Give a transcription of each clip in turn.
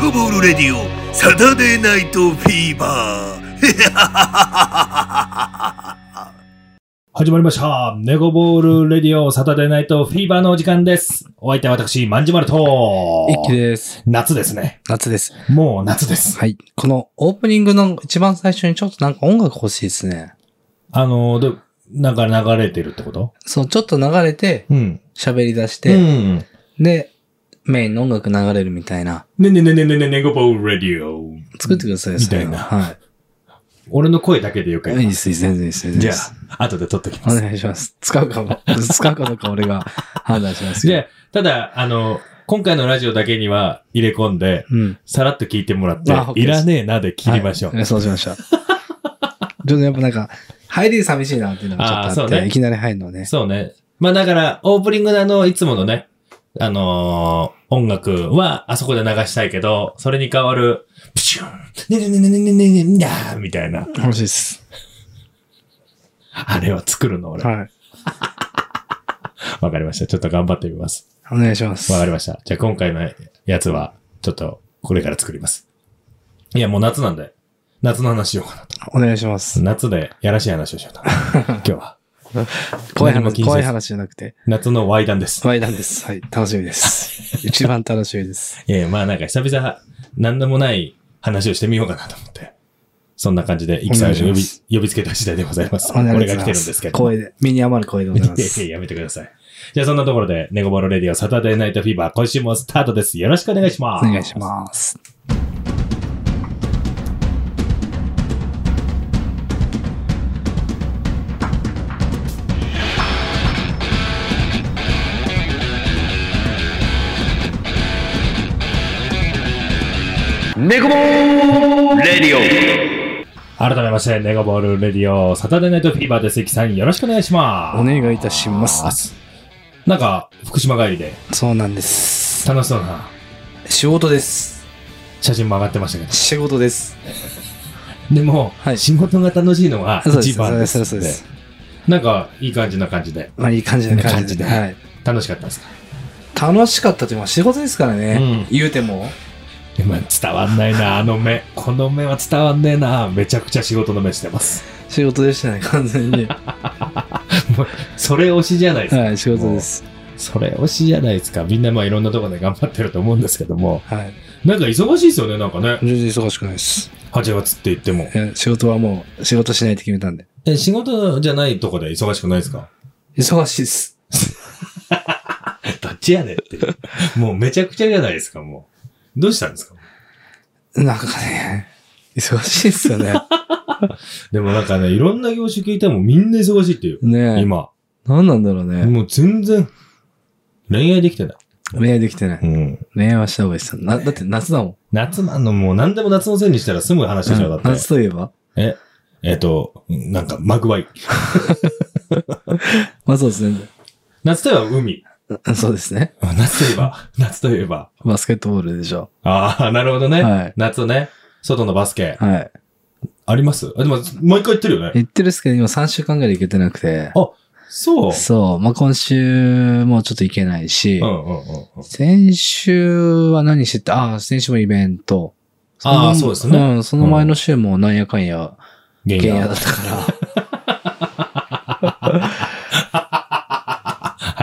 トボールレディオサタデーナイトフィーバ ー始まりました。ネゴボールレディオサタデーナイトフィーバーのお時間です。お相手は私、まんじまると、一気です。夏ですね。夏です。もう夏です。はい。このオープニングの一番最初にちょっとなんか音楽欲しいですね。あの、で、なんか流れてるってことそう、ちょっと流れてうん。喋り出しうて、ん。ねで、メインの音楽流れるみたいな。ねねねねねねネゴボールレディオ。作ってくださいよ、みたいなそれはは俺の声だけでよかい。いいです、いいです全然いいです。全然いいじゃですあ、後で撮っときまおす。願いします。使うかも、使うかどうか俺が判断しますけじど。ゃあ、ただ、あの、今回のラジオだけには入れ込んで、うん。さらっと聞いてもらってあ、OK いらねえなで切りましょう。はいそうしましょう。ちょっとやっぱなんか、入り寂しいなっていうのがちょっとああーっそて、うねいきなり入るのね。そうね。まあだから、オープニングのあの、いつものね、あのー音楽はあそこで流したいけど、それに変わる、プシュン、ねねねねねねねねねだーみたいな、欲しいです。あれは作るの俺。わ、はい。かりました。ちょっと頑張ってみます。お願いします。わかりました。じゃあ今回のやつは、ちょっと、これから作ります。いや、もう夏なんで、夏の話しようかなと。お願いします。夏でやらしい話をしようと。今日は。怖い何も気にせ話、ず怖い話じゃなくて。夏のワイダンです。ワイダンです。はい。楽しみです。一番楽しみです。いやいやまあなんか久々、何でもない話をしてみようかなと思って。そんな感じで、イキさんを呼お願いびします、呼びつけた次第でございます。お願いします俺が来てるんですけど。声で、身に余る声でございまいや す。いややめてください。じゃあそんなところで、ネゴボロレディオサタデーナイトフィーバー、今週もスタートです。よろしくお願いします。お願いします。改めまして、ネゴボロレディオサタデーナイトフィーバーです。イキさん、よろしくお願いします。お願いいたします。す。なんか、福島帰りで、そうなんです。楽しそうな仕事です。写真も上がってましたけど。仕事です。でも、はい仕事が楽しいのがそうです一番ですって。そうですそうなんか、いい感じな感じで、まあいい感じな感じで。いい感じではい。楽しかったですか楽しかったというのは仕事ですからね。う言うても。今伝わんないな、あの目。この目は伝わんねえな。めちゃくちゃ仕事の目してます。仕事でしたね、完全に。それ推しじゃないですか。 はい、仕事です。それ推しじゃないですか。みんなまあいろんなとこで頑張ってると思うんですけども。はい。なんか忙しいですよね、なんかね。全然忙しくないです。 8月って言っても。いや仕事はもう、仕事しないって決めたんで。え、仕事じゃないとこで忙しくないですか忙しいです。どっちやねんって。もうめちゃくちゃじゃないですか、もう。どうしたんですかなんかね、忙しいです よね。でもなんかね、いろんな業種聞いてもみんな忙しいっていう。ねえ。今。何なんだろうね。もう全然、恋愛できてない。恋愛できてない。ん。恋愛はした方がいいですよ。な、だって夏だもん。夏なの、もう何でも夏のせいにしたら済む話でしょ、だって。夏といえばえ、えっ、と、なんか、マグワイ。まあそうですね。夏といえば海。あ そうですね。夏といえば、夏といえば。バスケットボールでしょ。ああ、なるほどね。はい夏ね。外のバスケ。はい。ありますあでも、毎回言ってるよね。言ってるっすけど、今3週間ぐらい行けてなくて。そう。そう。まあ今週もちょっと行けないしう。んうんうんうん。先週は何してたああ、先週もイベント。あーのそうですねうん、その前の週もなんやかんや、原原因野だは。ったから。は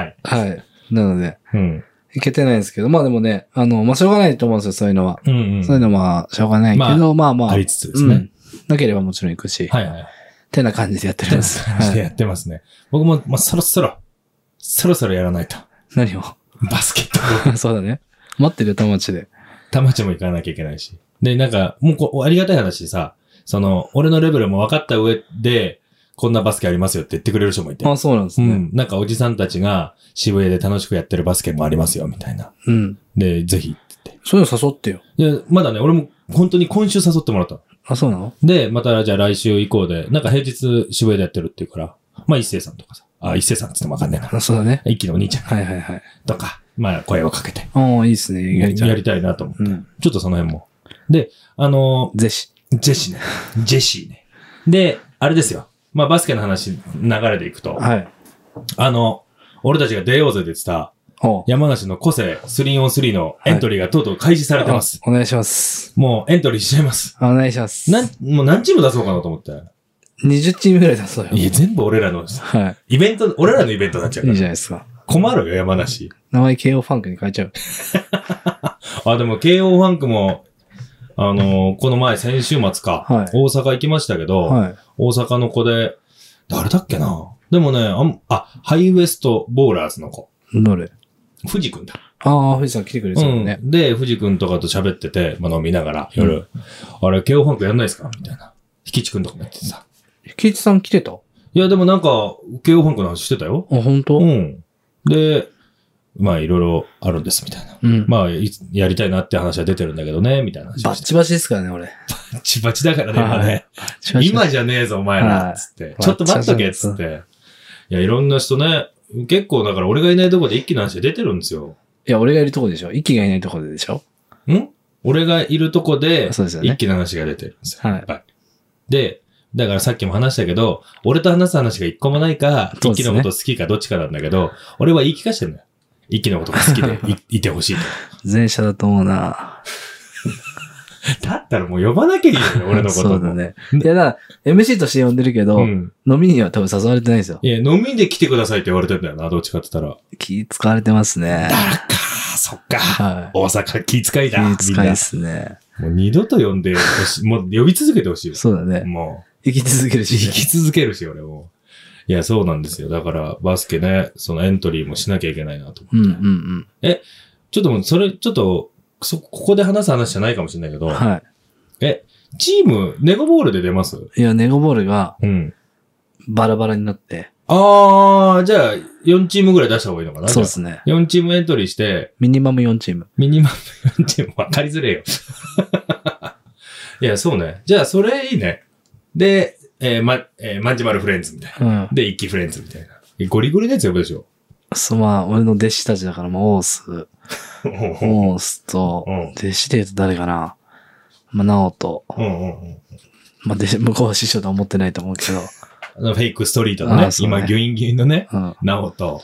い。 はい。なので、うん。行けてないんですけど、まあでもね、あの、まあしょうがないと思うんですよ、そういうのは。うんう。そういうんのはしょうがないけど、まあまあ。ありつつですね。うんなければもちろん行くし。はいはい。てな感じでやってるんです。 してはやいってますね。僕も、まあ、そろそろ、そろそろやらないと。何を バスケットボールそうだね。待ってるよ、友達で。田町も行かなきゃいけないし。で、なんか、もうこう、ありがたい話でさ、その、俺のレベルも分かった上で、こんなバスケありますよって言ってくれる人もいて。あ、そうなんですうね。ん。なんかおじさんたちが渋谷で楽しくやってるバスケもありますよ、みたいな。うん。で、ぜひってそういうの誘ってよ。言って。で、まだね、俺も本当に今週誘ってもらった。あ、そうなので、またじゃあ来週以降で、なんか平日渋谷でやってるっていうから、まあ一星さんとかさ、あ、一星さんって言ってもわかんねえな。あ、そうだね。一輝のお兄ちゃんはいはいはい。とか、まあ声をかけて、ああ、いいですね。ややりたい。りたいなと思って。うん。ちょっとその辺も。で、あのーぜひ。ジェシーね。ジェシーね。で、あれですよ。まあ、バスケの話、流れでいくと、はい。あの、俺たちが出ようぜって言ってた、ほう山梨の個性 3on3 のエントリーがとうとう開示されてます。お願いします。もうエントリーしちゃいます。お願いします。なん、もう何チーム出そうかなと思って。 20チームぐらい出そうよ。いや、全部俺らの、はイベント、俺らのイベントになっちゃうい。いからいじ。ゃないですか。困るよ、山梨。名前 KO ファンクに変えちゃう。あ、でも、慶応ファンクも、あのーこの前、先週末か、はい大阪行きましたけど、はい。大阪の子で、誰だっけなでもね、あん、あ、ハイウエストボーラーズの子。どれ藤君だ。ああ、富士山来てくれてたもんね。うん。で、藤君とかと喋ってて、まあ、飲みながら、夜、うあれ、慶応ファンクやんないですかみたいな。引地君とかもやっててさ。菊池さん来てたあ、いや、でもなんか、慶応ファンクの話してたよ。本当う？ん。で、まあ、いろいろあるんです、みたいな。うん。まあ、いつやりたいなって話は出てるんだけどね、みたいな話をバしッて。チバチですからね、俺。バッチバチだからね、今ね。バッチバチ今じゃねえぞ、お前はら、いつって。まあちょっと待っとけ、つって。いや、いろんな人ね、結構だから俺がいないとこで一気の話出てるんですよ。いや、俺がいるとこでしょ。息がいないとこででしょ。ん俺がいるとこで、そうですよね一気の話が出てるんですよ。はいで、だからさっきも話したけど、俺と話す話が一個もないか、そう一気ですねのこと好きかどっちかなんだけど、俺は言い聞かしてんだよ。一気のことが好き でいいてほしいと。前者だと思うな。だったらもう呼ばなきゃいいよね、俺のこと そも。うだね。いや、だから、MC として呼んでるけど、うん。飲みには多分誘われてないですよ。いや、飲みで来てくださいって言われてんだよな、どっちかって言ったら。気使われてますね。あ、そっか。は大阪気遣いだ。い。気使いですね。みんなもう二度と呼んでほしい。 もう呼び続けてほしいよ。そうだね。もう、生き続ける生し。き続けるし、俺も。いや、そうなんですよ。だから、バスケね、そのエントリーもしなきゃいけないなと思うんうって。んうん。ちょっともう、それ、ちょっと、そ、ここで話す話じゃないかもしれないけど、はチーム、ネゴボールで出ますい。いや、ネゴボールがうん。バラバラになって、あー、じゃあ、4チームぐらい出した方がいいのかなそうですね。 4チームエントリーして、ミニマム4チーム。ミニマム4チーム分かりづれえよ。 いや、そうね。じゃあ、それいいね。で、えーま、えーマンジマルフレンズみたいな。うん。で、一期フレンズみたいな。えゴリゴリのやつ呼ぶでしょ。そう、まあ、俺の弟子たちだから、まあ、オース、うんうんオースと、うん弟子で言うと誰かな。まあ、ナオと、うんうんまあ、弟子、向こうは師匠とは思ってないと思うけど、あのフェイクストリートのあねー、そうね今、ギュインギュインのね、うん。ナオと、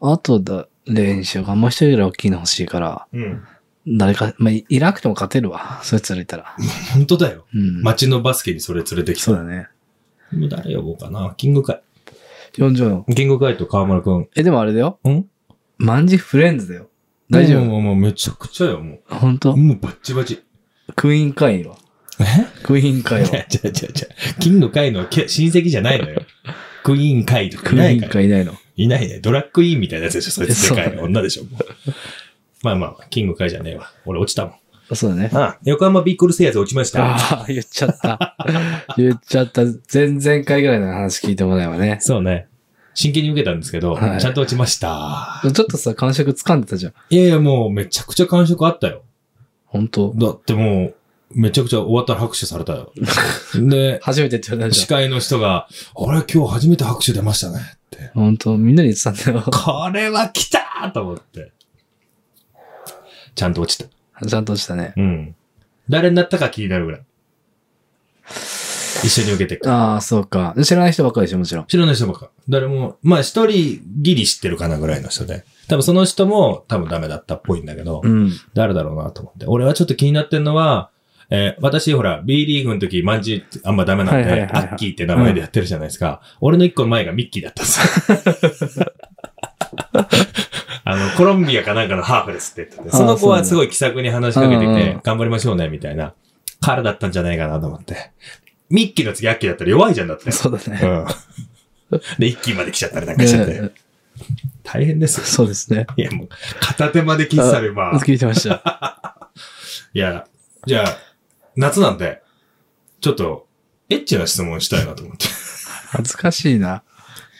あとだ、例にしようか。もう一人ぐらい大きいの欲しいから、うん。誰か、まあ、いいなくても勝てるわ。 そいつらいたら。本当だよ。うん。街のバスケにそれ連れてきそうた。だね。もう誰呼ぼうかな。キングカイ。 40の。キングカイと河村くん。え、でもあれだよ。んマンジフレンズだよ。大丈も夫うもうもうめちゃくちゃよ、もほんう。ともうバッチバチ。クイーン会員は。えクイーン会員じゃは。じゃじゃじゃ金の会のけ親戚じゃないの よ。クイーン会とかクいイないーかンら。会いないの。いないね。ドラッグイーンみたいなやつでしょ。そいつそでうかい女でしょ。もうまあまあ、キング会じゃねえわ。俺落ちたもん。そうだね。ああ横浜ビックル製ズ落ちました。ああ、言っちゃった。 言っちゃった。前々回ぐらいの話聞いてもらえばね。そうね。真剣に受けたんですけど、はいちゃんと落ちました。ちょっとさ、感触掴んでたじゃん。いやいや、もうめちゃくちゃ感触あったよ。本当だってもう、めちゃくちゃ終わったら拍手された よ。で、初めてって言われたじ司ゃ会の人が、俺今日初めて拍手出ましたねって。ん。本当みんなに言ってたんだよ。 これは来たーと思って。ちゃんと落ちた。ちゃんとしたね。うん。誰になったか気になるぐらい。一緒に受けてく。ああ、そうか。知らない人ばっかりでしょ、もちろん。知らない人ばっか。誰も、まあ一人ギリ知ってるかなぐらいの人で。多分その人も多分ダメだったっぽいんだけど、 うん。誰だろうなと思って。俺はちょっと気になってんのは、えー私ほら、B リーグの時、マンジあんまダメなんはいはいで、はいはいアッキーって名前でやってるじゃないですか。俺の一個前がミッキーだったんですよ。 あの、コロンビアかなんかのハーフですって言ってて、その子はすごい気さくに話しかけてあーそうなんだきうんうてん、頑張りましょうね、みたいな。彼だったんじゃないかなと思って。ミッキーの次アッキーだったら弱いじゃんだって。そうだうね。ん。で、一気まで来ちゃったりなんかしちゃって。ね大変ですよ。そうですね。いや、もう、片手までキスされば。聞いてました。いや、じゃあ、夏なんで、ちょっと、エッチな質問したいなと思って。恥ずかしいな。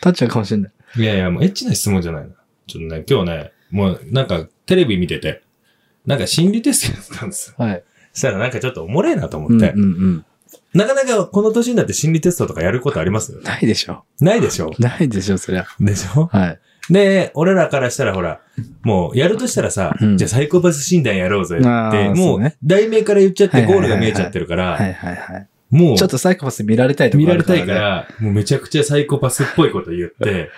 立っちゃうかもしれない。いやいや、もうエッチな質問じゃないな。ちょっとね、今日ね、もうなんかテレビ見てて、なんか心理テストやってたんですよ。はい。そしたらなんかちょっとおもれえなとう思っんうて。んうん。なかなかこの年になって心理テストとかやることありますないでしょ。ないでしょないでしょ、そりゃ。でしょはい。で、俺らからしたらほら、もうやるとしたらさ、うんじゃあサイコパス診断やろうぜあって、ーもそううね題名から言っちゃっはていはいゴーはいルはいが見えちゃってるから、はいはいはい。もうちょっとサイコパスで見られたいとこ見あられるかたらいね か。ら、もうめちゃくちゃサイコパスっぽいこと言って、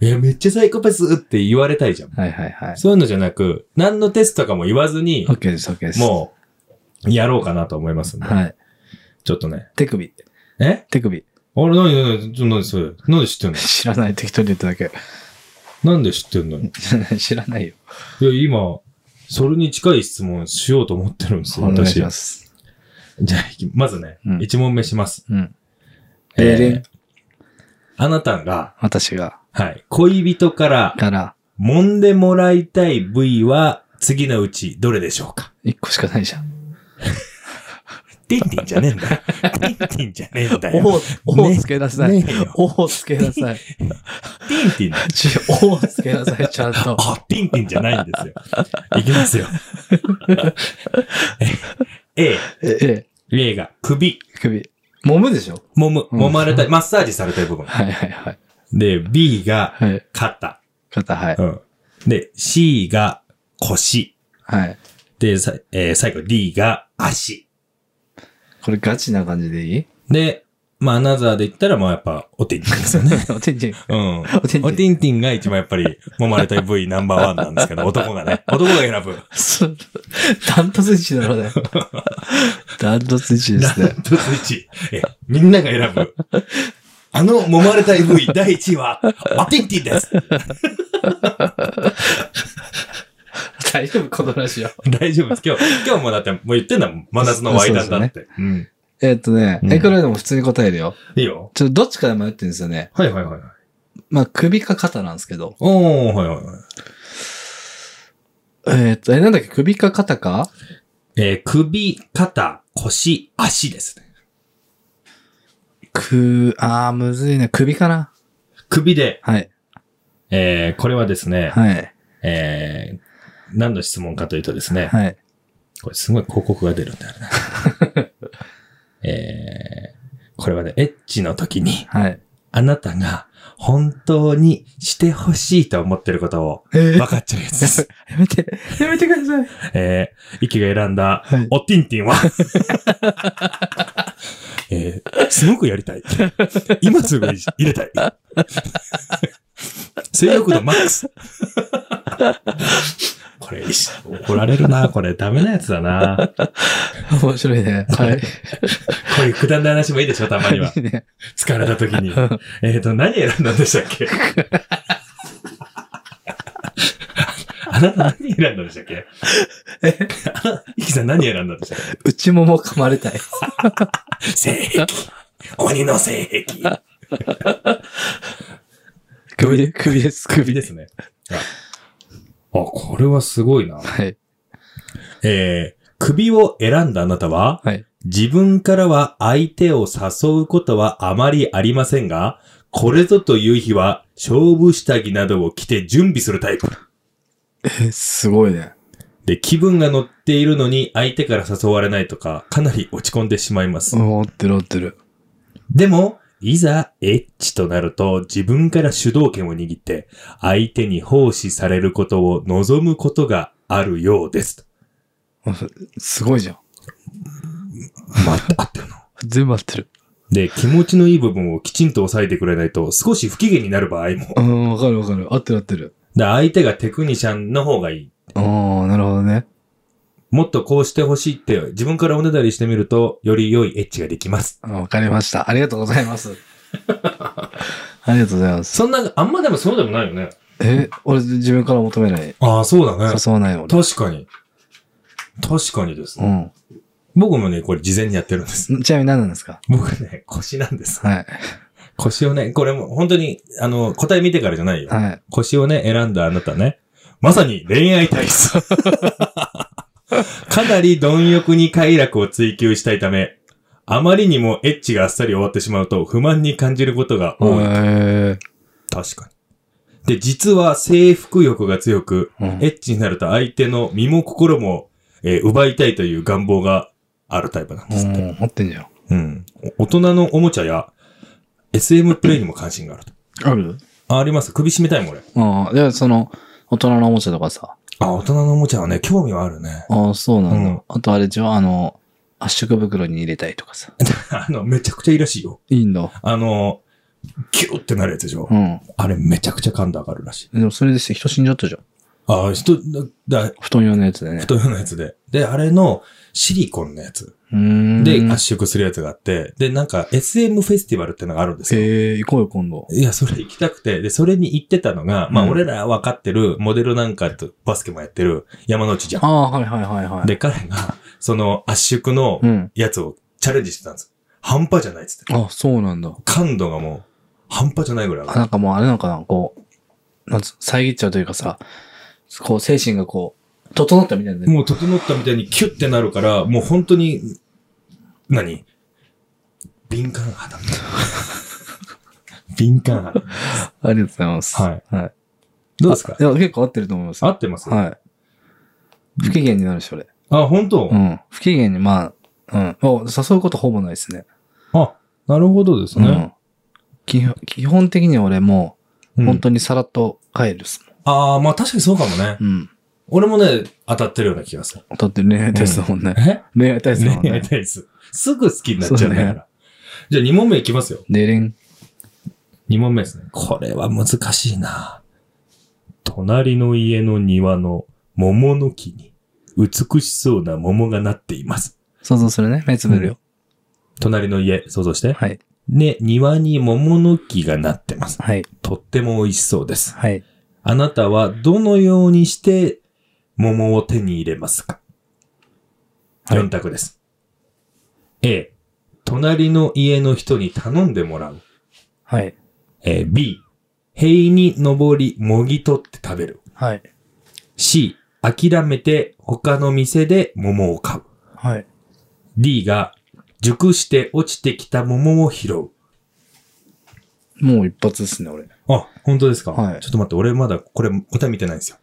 いや、めっちゃサイコパスって言われたいじゃん。はいはいはい。そういうのじゃなく、何のテストとかも言わずに、 OK です、OK です。もう、やろうかなと思いますんで。はい。ちょっとね。手首。え手首。あれ、なになに、ちょ何それ。なんで知ってん知らない。適当に言っただけ。 のなんで知ってんのい知らない知らないよ。や、今、それに近い質問しようと思ってるんですよ、お願いし私ま。す。じゃあ、いきまずね、うん一問目します。うん。えーえー、あなたが、私が、はい、恋人から、から、揉んでもらいたい部位は、次のうちどれでしょうか一個しかないじゃん。ティンティンじゃねえんだよ。ティンティンじゃねえんだよ。おおをつけなさいねえよ。おをつけなさい。ティンティンだよ。ちおをつけなさい、ちゃんと。あ、ティンティンじゃないんですよ。いきますよ。A、え、え、 A が首、首。揉むでしょ揉む、うん揉まれたい、マッサージされたい部分。はいはいはい。で、B がはい。肩。肩、はい。うん。で、C が腰。はい。で、さえー最後 D が足。これガチな感じでいいで、まあ、アナザーで言ったら、まあ、やっぱ、おてんてんですよね。おてんちん。うん。おてんてんてんてんが一番やっぱり、揉まれたい部位ナンバーワンなんですけど、男がね。男が選ぶ。そうダントツ一だろうね。ダントツ一ですダね。ントツ一位。え、みんなが選ぶ。あの、揉まれたい部位第1位は、アティンティンです。大丈夫、このラジオ。大丈夫です。今日、今日もだって、もう言ってんだもん。真夏のワイダンだって。うん。えっとね、うんえ、これでも普通に答えるよ。いいよ。ちょっとどっちかで迷ってるんですよね。はいはいはい。まあ、首か肩なんですけど。おー、はいはいはい。えっと、え、なんだっけ、首か肩かえー首、肩、腰、足ですね。く、あー、むずいね。首かな首で、はい。えーこれはですね、はい。えー何の質問かというとですね、はい。これすごい広告が出るんだよな。 えーこれはね、エッチの時に、はい。あなたが本当にしてほしいと思ってることをえー分かっちゃうやつ です。やめて、やめてください。えー、イキが選んだはい、おティンティンは、えーすごくやりたい。今すぐ入れたい。性欲度マックス。これ、怒られるな。これ、ダメなやつだな。面白いね。はい。こういうくだんだ話もいいでしょ、たまには。いいね疲れた時 に。えっと、何選んだんでしたっ けあなた何選んだんでしたっけえあなイキさん何選んだんでしたっ内もも噛まれたい。け性癖。 鬼の性癖。首で、首です、首首ですね。 あ、これはすごいな。はい。えー、首を選んだあなたは、はい。自分からは相手を誘うことはあまりありませんが、これぞという日は勝負下着などを着て準備するタイプ。えー、すごいね。で、気分が乗っているのに相手から誘われないとか、かなり落ち込んでしまいます。うん、合ってる合ってる。でも、いざエッチとなると自分から主導権を握って相手に奉仕されることを望むことがあるようです。すごいじゃん。まあ、合ってるの全部合ってる。で、気持ちのいい部分をきちんと抑えてくれないと少し不機嫌になる場合も。うん、わかるわかる。合ってる合ってる。で、相手がテクニシャンの方がいい。ああ、なるほどね。もっとこうしてほしいって自分からおねだりしてみるとより良いエッチができます。あわかりました。ありがとうございます。 ありがとうございます。そんな、あんまでもそうでもないよね。え、俺自分から求めない。ああ、そうだね。誘わない俺。確かに。確かにです、ねう僕もね、これ事前にやってるんです。ん。ちなみに何なんですか僕ね、腰なんです。はい。腰をね、これも本当に、あの、答え見てからじゃないよ。はい。腰をね、選んだあなたね。まさに恋愛体 質。かなり貪欲に快楽を追求したいため、あまりにもエッチがあっさり終わってしまうと不満に感じることが多い。えー確かに。で、実は征服欲が強く、うんエッチになると相手の身も心も、えー奪いたいという願望があるタイプなんですって。うん、持ってんじゃん。うん。お大人のおもちゃや SM プレイにも関心があると。あるあ、あります。首絞めたいもん、俺。ああ、で、その、大人のおもちゃとかさ。。あ、大人のおもちゃはね、興味はあるね ああ、そうなんだ。うんあとあれじゃあ、あの、圧縮袋に入れたいとかさ。あの、めちゃくちゃいいらしいよ。いいんだ。あの、キューってなるやつでしょ。うん。あれめちゃくちゃ感度上がるらしい。でもそれでして人死んじゃったじゃん。ああ、人、だ、だ布団用のやつでね。太いようなやつで。で、あれのシリコンのやつ。うーん。で、へ圧縮するやつがあって、で、なんか SM フェスティバルってのがあるんですよ。えー、行こうよ、今度。いや、それ行きたくて、で、それに行ってたのが、まあ、うん俺ら分かってる、モデルなんかとバスケもやってる山之内じゃん。ああ、はいはいはいはい。で、彼が、その圧縮のうん。やつをチャレンジしてたんですよ。半端じゃないっつって。あ、そうなんだ。感度がもう、半端じゃないぐらい上があるなんかもうあれなのかな、こう、なんつう、遮っちゃうというかさ、こう、精神がこう、整ったみたいなね。もう整ったみたいにキュッてなるから、もう本当に、何敏感 肌みたいな。敏感肌。ありがとうございます。。はいはい。どうですかいや、結構合ってると思います。合ってます、はい。不機嫌になるし、俺。あ、本当、うん。不機嫌に、まあ、うん。もう誘うことほぼないですね。あ、なるほどですうね。ん。基本基本的に俺もう、うん本当にさらっと帰るっすああ、まあ確かにそうかもね。もん。うん。俺もね、当たってるような気がする。だって恋愛体質だもんね。え恋愛体質だもん恋愛ね。体質。すぐ好きになっちゃうんだかそら。うねじゃあ2問目いきますよ。でれん。 2問目ですね。これは難しいな隣の家の庭の桃の木に美しそうな桃がなっています。想像するね。目つぶるよ。隣の家、想像して。はい。ね、庭に桃の木がなってます。はい。とっても美味しそうです。はい。あなたはどのようにして桃を手に入れますかはい ?4 択です。A、隣の家の人に頼んでもらう。はい。えー B、塀に登り、もぎ取って食べる。はい。 C、諦めて他の店で桃を買う。はい。 D が、熟して落ちてきた桃を拾う。もう一発ですね、俺。あ、本当ですかはいちょっと待って、俺まだこれ答え見てないんですよ。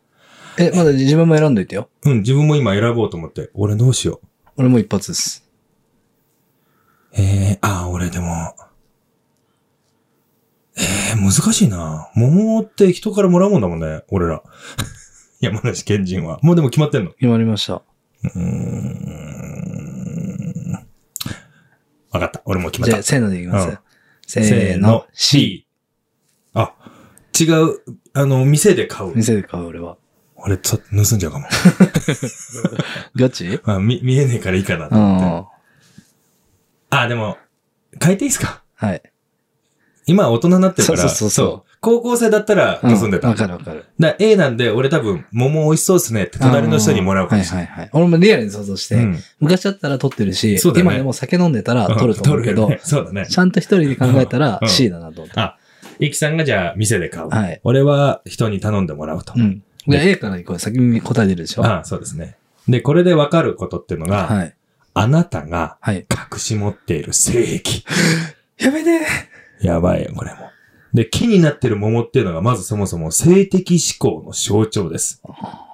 え、まだ自分も選んどいてよ。うん、自分も今選ぼうと思って。俺どうしよう。俺も一発です。えー、あー、俺でも。えー、難しいな。桃って人からもらうもんだもんね、俺ら。 山梨県人は。もうでも決まってんの。決まりました。うーん。わかった。俺もう決まっじゃたあ、。せーのでいきます。うんせーの。C。。あ、違う、あの、店で買う。店で買う、俺は。俺、ちょっと盗んじゃうかも。ガチまあ、見、見えねえからいいかなとう思って。ん。あ、でも、変えていいっすかはい。今大人になってるから。そうそうそうそう高校生だったら盗んでた。うだかわかるわかる。ら A なんで、俺多分、桃美味しそうっすねって隣の人にもらうかはもいしれはいはい。俺もリアルに想像して、ない。うん昔だったら撮ってるし、そうだよね今でも酒飲んでたらうん撮ると思うけ撮ど、るよね そうだ ね。ちゃんと一人で考えたらうん C だなと思った。あ、イキさんがじゃあ店で買う。はい俺は人に頼んでもらうと。うん。じゃあ A から行こう。先に答え出るでしょあそうですね。で、これでわかることっていうのが、はい。あなたがはい。隠し持っている性癖。やめてやばいよ、これも。で、木になってる桃っていうのが、まずそもそも性的思考の象徴です。だか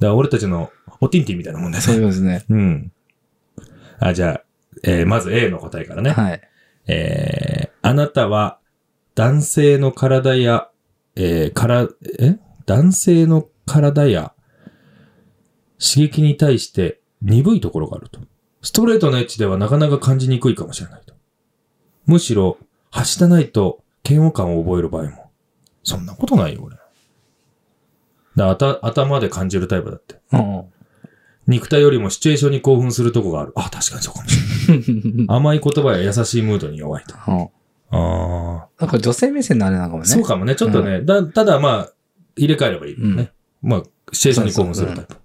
ら俺たちのおティンティンみたいなもんだそういよね。うことですうね。ん。あ、じゃあ、えーまず A の 答えからね。はい。えーあなたは男性の体や、えーから、え男性の体や刺激に対して鈍いところがあると。ストレートなエッジではなかなか感じにくいかもしれないと。むしろ、はしたないと嫌悪感を覚える場合も。そんなことないよ、俺。だあた頭で感じるタイプだって。うん。肉体よりもシチュエーションに興奮するとこがある。あ、確かにそうかもしれない。甘い言葉や優しいムードに弱いと。うんああ。なんか女性目線のあれなのかもね。そうかもね。ちょっとね、だ、ただまあ、入れ替えればいい、ね。まあ、シチュエーションに興奮するタイプ。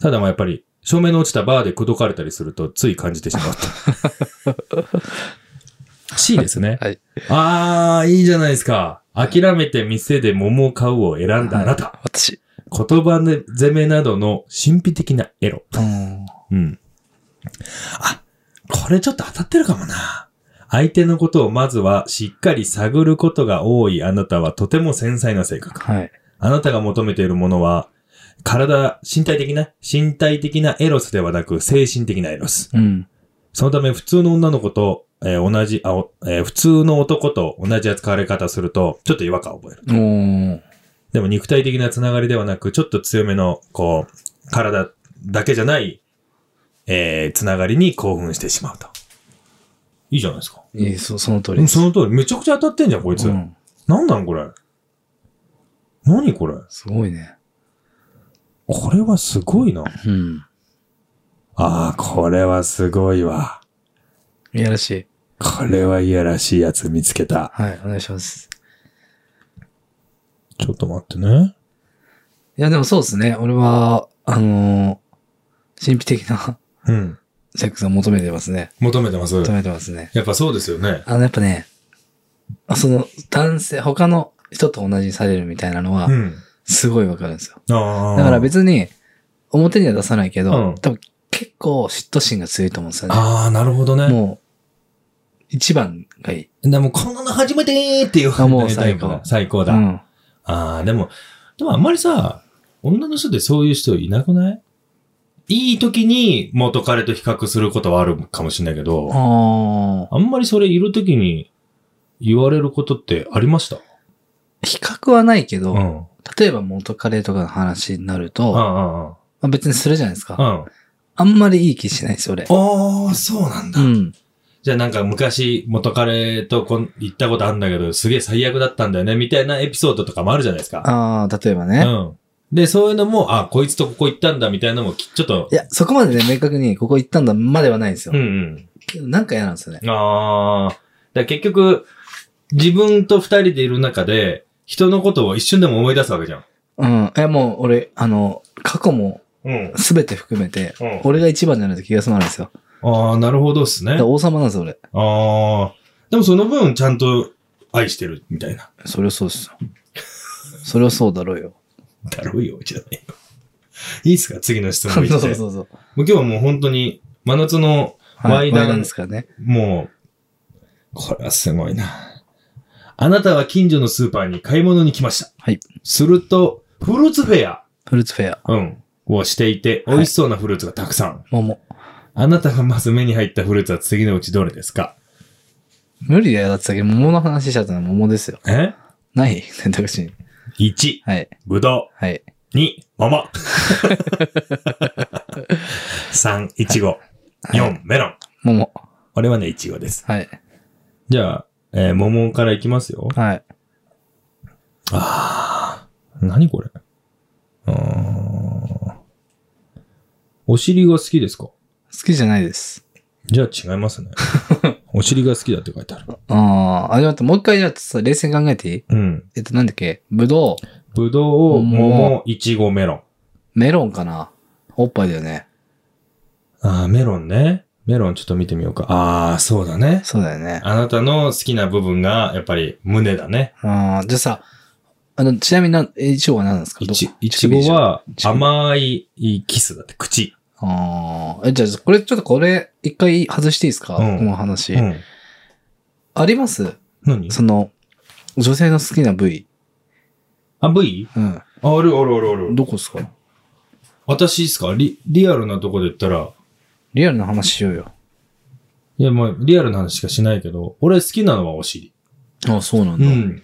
ただまあやっぱり、照明の落ちたバーで口説かれたりすると、つい感じてしまう と。C ですね。はい。あー、いいじゃないですか。諦めて店で桃を買うを選んだあなた。私。言葉で攻めなどの神秘的なエロ。うん。うん。あ、これちょっと当たってるかもな。相手のことをまずはしっかり探ることが多いあなたはとても繊細な性格。はい。あなたが求めているものは、体、身体的な、身体的なエロスではなく、精神的なエロス。うん。そのため、普通の女の子と、えー同じ、あ、おえー普通の男と同じ扱われ方すると、ちょっと違和感を覚える。おー。でも肉体的なつながりではなく、ちょっと強めの、こう、体だけじゃない、えー、つながりに興奮してしまうと。いいじゃないですか。いええそその通りうでんす。その通り。めちゃくちゃ当たってんじゃん、こいつ。うんなんなん、これ。何これ。すごいね。これはすごいな。うん。ああ、これはすごいわ。いやらしい。これはいやらしいやつ見つけた。はい、お願いします。ちょっと待ってね。いや、でもそうですね。俺は、あのー神秘的な うん。セックスを求めてますね。求めてます。求めてますね。やっぱそうですよね。あの、やっぱね、あその、男性、他の人と同じにされるみたいなのはう、ん。すごいわかるんですよ。ああ。だから別に、表には出さないけど、うん多分結構嫉妬心が強いと思うんですよね。ああ、なるほどね。もう、一番がいい。でも、こんなの初めてーっていう。あもう最高 最高だ。うん。ああ、でも、でもあんまりさ、女の人でそういう人いなくないいい時に元彼と比較することはあるかもしれないけど、ああ。あんまりそれいる時に言われることってありました比較はないけど、うん。例えば元彼とかの話になると、うんうんうん。まあ別にするじゃないですか。うん。あんまりいい気しないです、俺。ああ、そうなんう。ん。じゃあなんか昔元彼とこん行ったことあるんだけど、すげえ最悪だったんだよね、みたいなエピソードとかもあるじゃないですか。ああ、例えばうね。ん。で、そういうのも、あ、こいつとここ行ったんだ、みたいなのもき、ちょっとい、や、そこまでね、明確にここ行ったんだまではないんですようんう。ん。けどなんか嫌なんですよね。ああ。だから結局、自分と二人でいる中で、人のことを一瞬でも思い出すわけじゃん。うん。え、もう俺、あの、過去もうん。全て含めて、うん、俺が一番じゃないと気が済まないんですよ。ああ、なるほどっすね。だあから王様なんですよ、俺。あー。でもその分、ちゃんと愛してる、みたいな。それはそうですよ。それはそうだろ うよ。だろうよ、じゃないよ。いいっすか次の質そ問ういって。 そうもうそうそう。今日はもう本当に、真夏の、はワイい、ダンワイダンですからね。もう、これはすごいな。あなたは近所のスーパーに買い物に来ました。はい。すると、フルーツフェア、フルーツフェア、うん、をしていて、美味しそうなフルーツがたくさん。桃。あなたがまず目に入ったフルーツは次のうちどれですか無理だよ、だってさっき桃の話しちゃったのは桃ですよ。えない選択肢に。 ?1、はい。ぶどはい。う。2、桃。3、いちご。4、メロン。桃。俺はね、いちごです。はい。じゃあ、えー桃からいきますよ。はい。あー、何これうーん。お尻が好きですか好きじゃないです。じゃあ違いますね。 お尻が好きだって書いてある。ああ、あ、じゃあ待って、もう一回、じゃあさ、冷静に考えていいうん。えっと、なんだっけぶどう、ぶどう、桃桃、いちご、メロン。メロンかなおっぱいだよね。ああ、メロンね。メロンちょっと見てみようか。ああ、そうだね。そうだよね。あなたの好きな部分が、やっぱり胸だね。ああ、じゃあさ、あの、ちなみにな、えいちごは何なんですかいちど、いちご、はちご甘いキスだって、口。ああ、え、じゃあ、これ、ちょっとこれ、一回外していいですか、うんこの話、うん。あります何その、女性の好きな部位。あ、V? うん。ああるあるあるある。どこですか私ですかリリアルなとこで言ったら、リアルな話しようよ。いや、もうリアルな話しかしないけど、俺好きなのはお尻。ああ、そうなんうだ。ん。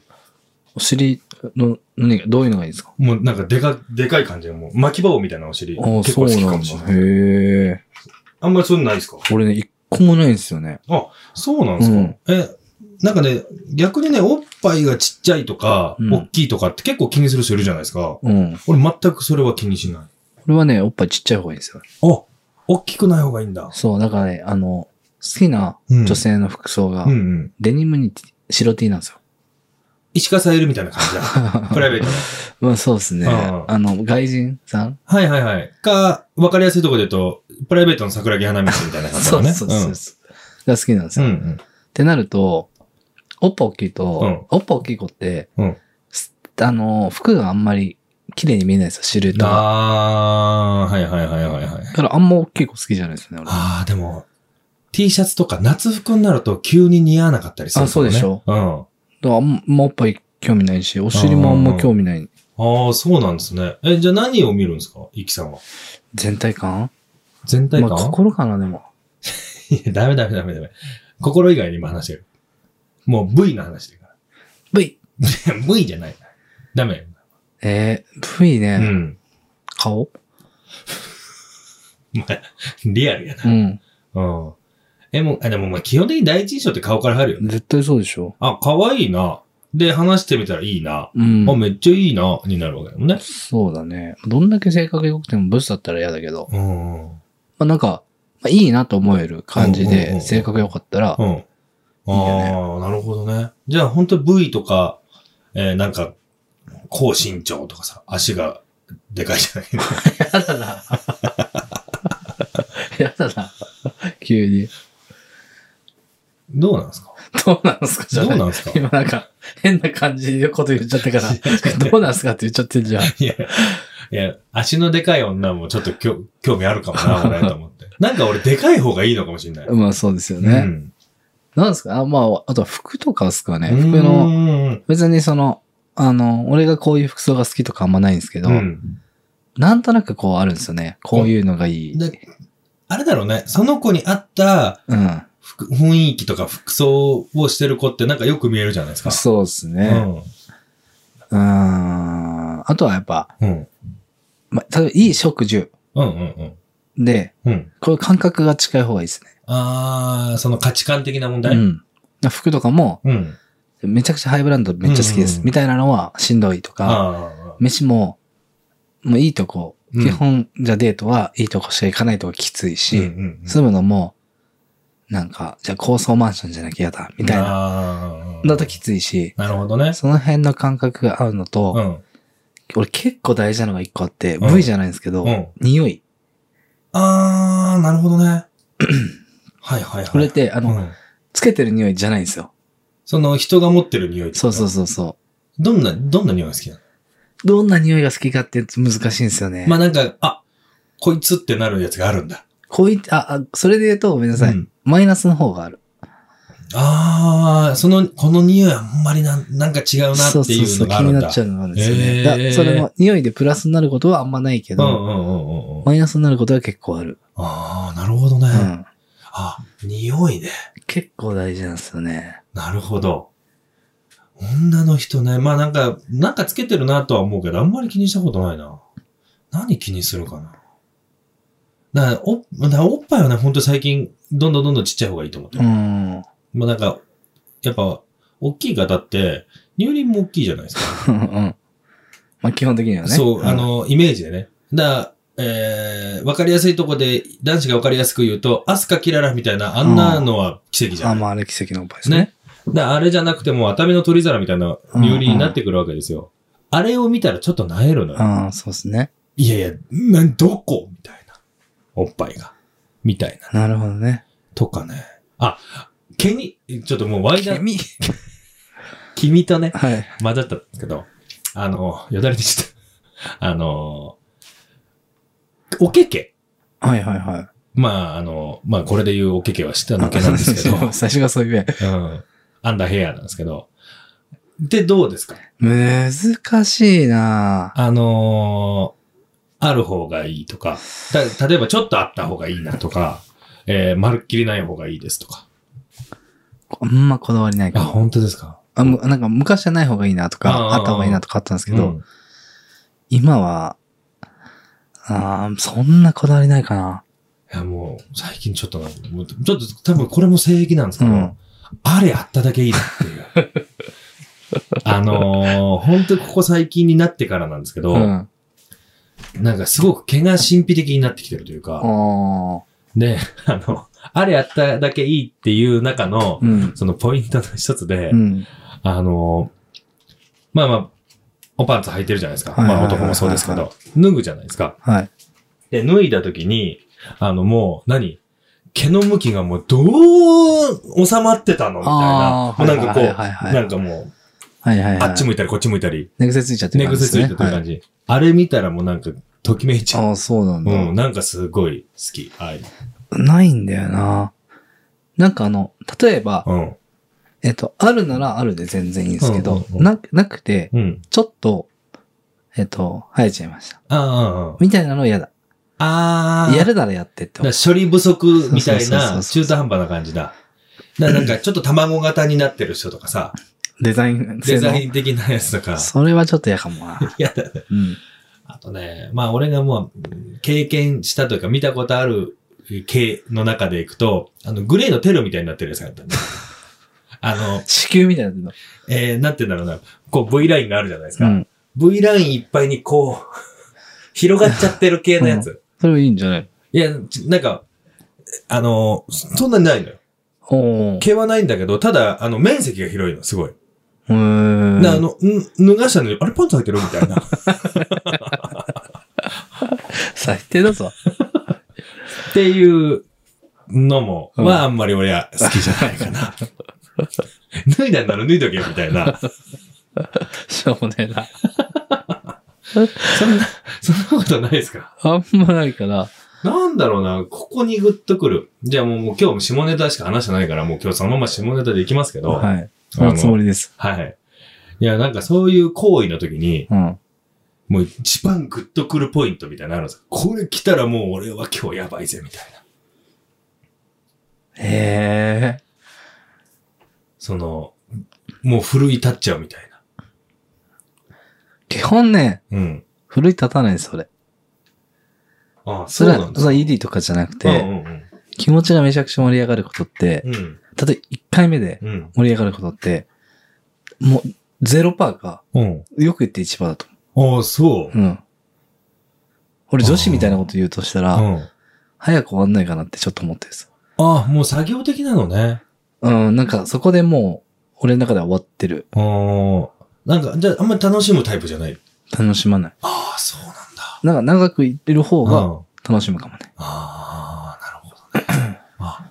お尻の、何が、どういうのがいいですかもうなんかでか、でかい感じがもう巻き棒みたいなお尻。ああ、結そ構う好きかなんもだしれ。ない。へえ。あんまりそういうのないですか俺ね、一個もないんですよね。そうなんですか、うんえ、なんかね、逆にね、おっぱいがちっちゃいとか、うん大きいとかって結構気にする人いるじゃないですか。うん。俺全くそれは気にしない。これはね、おっぱいちっちゃい方がいいんですよ。あ、大きくない方がいいんだ。そう、だからね、あの、好きなうん女性の服装がうん、うん。デニムに白 T なんですよ。石川さゆるみたいな感じ だ。 プライベートの。まあそうですね。うんあの、外人さんはいはいはい。か、わかりやすいところで言うと、プライベートの桜木花道みたいな感じそだうね。そうそうそう。が好きなんですうん。よ。うっんてなると、おっぱ大きいと、うんおっぱ大きい子って、うんすあの、服があんまり綺麗に見えないんですよ、シルエッうん。トが。あー、はいはいはいはいはいだ。からあんま大きい子好きじゃないですよね、俺。あー、でも、T シャツとか夏服になると急に似合わなかったりする、ね。あそうでしょ。うん。だからあんまおっぱい興味ないし、お尻もあんま興味ない。ああ、そうなんですね。え、じゃあ何を見るんですかイキさんは。全体感全体感、まあ心かな、でも。 いやダメダメダメダメ。心以外にも話してる。もう V の話だか V! ら。V じゃない。ダメ。えー、V ね、うん。顔リアルやな。うん。うん。え、もう、あ、でもまあ基本的に第一印象って顔から入るよね。絶対そうでしょ。あ、可愛いな。で、話してみたらいいな。うんあ、。めっちゃいいな、になるわけだもんね。そうだね。どんだけ性格良くてもブスだったら嫌だけど、うん。うん。まあなんか、まあ、いいなと思える感じうんうんうんうで、ん性格良かったら、ああいいよねー、なるほどね。じゃあ、本当に V とか、えーなんか、高身長とかさ、足がでかいじゃないやだな。 やだな。急に。 どうなんですか どうなんすかじゃどうないなん ですか今なんか、変な感じのこと言っちゃっ たから、どうなんすかって言っちゃってんじゃん。いや、いや、足のでかい女もちょっときょ興味あるかもな、俺と思って。 なんか俺でかい方がいいのかもしれない。まあそうですようね。ん。なんですかあまあ、あとは服とかですかね。う服の、ん別にその、あの、俺がこういう服装が好きとかあんまないんですけど、うん。なんとなくこうあるんですよね。こういうのがいい。で、あれだろうね、その子に合ったうん。服雰囲気とか服装をしてる子ってなんかよく見えるじゃないですか。そうですうね。うーん。あとはやっぱ、ん。うん。まあ、例えばいい食住うんうんで、うん。うん。こういう感覚が近い方がいいですね。あー、その価値観的な問題。う。ん。服とかも、うん。めちゃくちゃハイブランドめっちゃ好きでうんうんうす。んみたいなのはしんどいとか、あー。飯も、もういいとこ、うん基本、じゃあデートはいいとこしか行かないとこきついし、うん住むのも、なんか、じゃあ高層マンションじゃなきゃ嫌だ、みたいな、なだときついし、なるほどね。その辺の感覚が合うのと、うん。俺結構大事なのが一個あって、うん V じゃないんですけど、うん匂い。あー、なるほど ね。はいはいはい。これって、あの、うんつけてる匂いじゃないんですよ。その人が持ってる匂いってそうそうう。そうそどんな、どんな匂いが好きなのう。どんな匂いが好きかって難しいんですよね。まあなんか、あ、こいつってなるやつがあるんだ。こういった、あ、あそれで言うとごめんなさい。うんマイナスの方がある。あー、その、この匂いあんまりなんなんか違うなそうってそいううそのう、気があるにんだ。なっちゃうのがあるんですよへね。ーだそれも、匂いでプラスになることはあんまないけうんど、うんうんうんうん。マイナスになることは結構ある。あー、なるほどね。うん。あ、匂いね。結構大事なんですよね。なるほど。女の人ね。まあなんか、なんかつけてるなとは思うけど、あんまり気にしたことないな。何気にするかな。なお、だからおっぱいはね、ほんと最近、どんどんどんどんちっちゃい方がいいと思ってうる。ん。まあなんか、やっぱ、大きい方って、乳輪も大きいじゃないですか。うん。 まあ基本的にはね。そう、んあ、の、イメージでね。だから、えー、わかりやすいとこで、男子がわかりやすく言うと、アスカキララみたいな、あんなのは奇跡じゃあ、ない。まああれ奇跡のおっぱいですね。ね。だあれじゃなくてもう頭の取り皿みたいな有利になってくるわけですよ。あれを見たらちょっと萎えるのよ。ああ、そうですね。いやいや、なん、どこみたいな。おっぱいが。みたいな。なるほどね。とかね。あ、毛に、ちょっともうワイダ君君とね、はい。混ざったんですけど、あの、よだれでした。 あの、おけけ。はいはいはい。まあ、あの、まあ、これで言うおけけは下の毛なんですけど、 そう最初がそういううん。アンダーヘアなんですけど。で、どうですか面。難しいなぁあのーある方がいいとか、た例えばちょっとあった方がいいなとか、えー、まるっきりない方がいいですとか。あんまこだわりないかも。本当ですかあむなんか昔じゃない方がいいなとああか、あった方がいいなとかあったんですけど、うん今は、あーそんなこだわりないかな。いや、もう、最近ちょっとなんかもうちょっと、多分これも正義なんですけど、うんあれあっただけいいなっていう。 あのー、本当にここ最近になってからなんですけど、うん。なんかすごく毛が神秘的になってきてるというか、おーで、あの、あれあっただけいいっていう中の、うん。そのポイントの一つで、うん。あのーまあまあ、おパンツ履いてるじゃないですか。はいはいまはいあはい男もそうですけど、脱ぐじゃないですか。はい。で、脱いだ時に、あのもう、何毛の向きがもうどう収まってたのみたいなあ。もーうなんかこはいはいはう、いはいなんかも、はいはいうはい。あっち向いたりこっち向いたり、寝癖ついちゃって寝る感じで癖つすね。いてる感はいじ。あれ見たらもうなんか、ときめいちゃう。ああ、そうなんだ、うん、なんかすごい好き。ああいうないんだよな。なんかあの、例えば、のえっと、あるならあるで全然いいんですけど、うんうんうんななくて、うん。うん。ちょっと、えっと、生えちゃいました。ああ、みたいなの嫌だ。ああ。やるならやってっだて思う。から処理不足みたいそうそうそうそなう中途半端な感じだ。だからなんかちょっと卵型になってる人とかさ、デザイン性デのザイン的なやつとか。それはちょっと嫌かもな。嫌だね。うん。あとね、まあ俺がもううん経験したというか見たことある系の中でいくと、あの、グレーのテロみたいになってるやつがあったん だあの、子宮みたいになってえー、なんて言うんだろうな。こう V ラインがあるじゃないでするか。の。うん。 V ラインいっぱいにこう、広がっちゃってる系のやつ。それはいいんじゃないいや、ちなんか、あの、そんなにないのよ。おお。毛はないんだけど、ただ、あの、面積が広いの、すごい。うーん。なあの、ん脱がしたのに、あれパンツ履いてるみたい な。最低 だぞ。っていうのも、うんはあんまり俺は好きじゃないかな。脱いだんなら脱いとけよみたいな。しょうもねえな。そんな、そんなことないですかあんまないから。なんだろうな、ここにグッとくる。じゃあもうもう今日も下ネタしか話してないから、もう今日そのまま下ネタでいきますけど。い。はい。そのつもりです。はい。いや、なんかそういう行為の時に、うん。もう一番グッとくるポイントみたいなのあるんですよこれ来たらもう俺は今日やばいぜ、みたいな。へえ。その、もう奮い立っちゃうみたいな。基本ね、うん。奮い立たないです、それ。ああ、そそうれなはん、だ。その ED とかじゃなくうんて、気持ちがめちゃくちゃ盛り上がることって、うんうん。うん。例えば1回目でうん。盛り上がることって、もう0%か、うん。よく言って1%だとああ、そう。思う。うん。俺女子みたいなこと言うとしたら、うん。早く終わんないかなってちょっと思ってるんです。ああ、もう作業的なのね。うん、なんかそこでもう、俺の中では終わってる。ああ。なんか、じゃあ、あんまり楽しむタイプじゃない。楽しまない。ああ、そうなんだ。なんか長く言ってる方うがん楽しむかもね。ああ、なるほどね。あ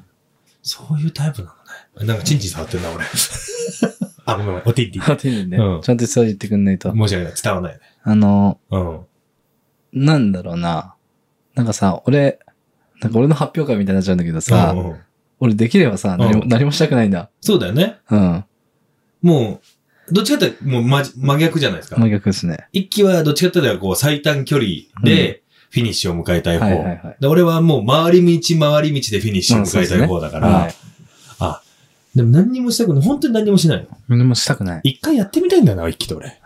そういうタイプなのね。なんか、チンチン触ってんな、 俺。あ、ごめんごめん、お てんてん。申し丁寧にねうんちゃんと伝えてくんないと。訳ない。伝わんないね。あの、うん。なんだろうな。なんかさ、俺、なんか俺の発表会みたいになっちゃうんだけどさ、うんうん俺できればさ、何もうん何もしたくないんだ。そうだよね。うん。もう、どっちかって、もう真、真逆じゃないですか。真逆ですね。一期はどっちかっていうとこう最短距離でフィニッシュを迎えたい方。はいはいはい。で俺はもう回り道回り道でフィニッシュを迎えたい方だから、はい。でも何にもしたくない。本当に何にもしないの。何もしたくない。 一回やってみたいんだよな、一期と俺。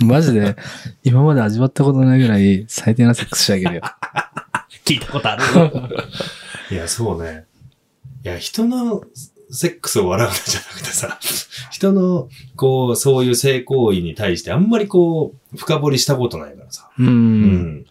マジで、今まで味わったことないぐらい最低なセックスしてあげるよ。聞いたことあ るいや、そうね。いや、人のセックスを笑うのじゃなくてさ、人の、こう、そういう性行為に対してあんまりこう、深掘りしたことないからさ。うん。うん。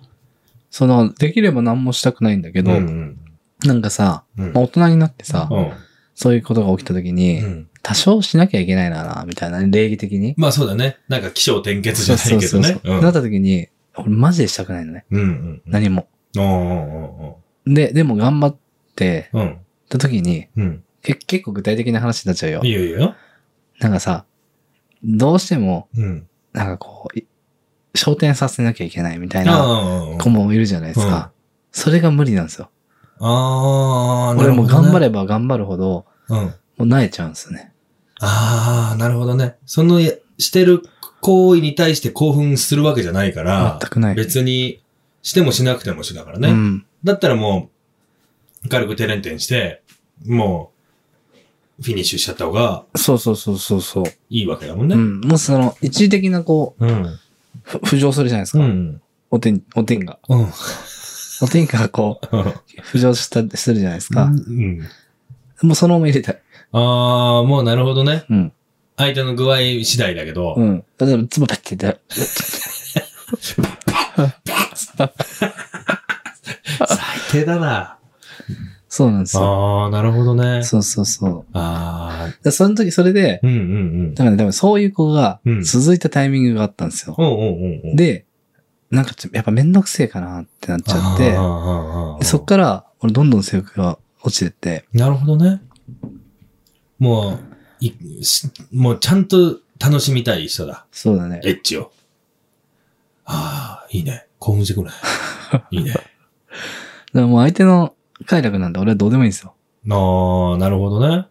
その、できれば何もしたくないんだけうん。ど、うん。なんかさ、うんまあ大人になってさ、うん。そういうことが起きた時に、うん多少しなきゃいけないなな、みたいな、礼儀的に。まあそうだね。なんか、気象転結じゃないけどね。うんなった時に、俺マジでしたくないのね。うんうん。何も。おーおで、でも頑張ってーおーおーうん。た時に、うん。け結構具体的な話になっちゃうよい。いよいいよ。なんかさ、どうしても、うん。なんかこう、い昇天させなきゃいけないみたいなあ子もいるじゃないですか。それが無理なんですよ。あ。ああ、な俺るもほどね頑張。れば頑張るほど、うん。もう萎えちゃうんですよね。ああ、なるほどね。その、やしてる行為に対して興奮するわけじゃないから、全くない。別に、してもしなくてもしだからね。うん。だったらもう、軽く手練点して、もう、フィニッシュしちゃった方がそうそうそうそうそう。いいわけだもんね。うん。もうその、一時的なこうん。う、ふ浮上するじゃないですうか。ん。おてん、おてん が。うん。おてんがこう、浮上した、するじゃないですか。うん。もうそのまま入れたい。ああ、もうなるほどね。うん。相手の具合次第だけ ど、うん。例えば、つばパッて入れ たい。最低だな。そうなんですよ。ああ、なるほどね。そうそうそう。ああ、でその時、それで、うんうんうん。だからね、多分そういう子がうん続いたタイミングがあったんですよ。おうおうおうおうで、なんかちょやっぱめんどくせえかなってなっちゃって、あーあーあーでそっから、俺どんどん性欲が落ちてって、なるほどね。もう、いしもうちゃんと楽しみたい人だ。そうだね。エッチを。ああ、いいね。興奮して くるね。いいね。だからもう相手の快楽なんて俺はどうでもいいんですよ。ああ、なるほどね。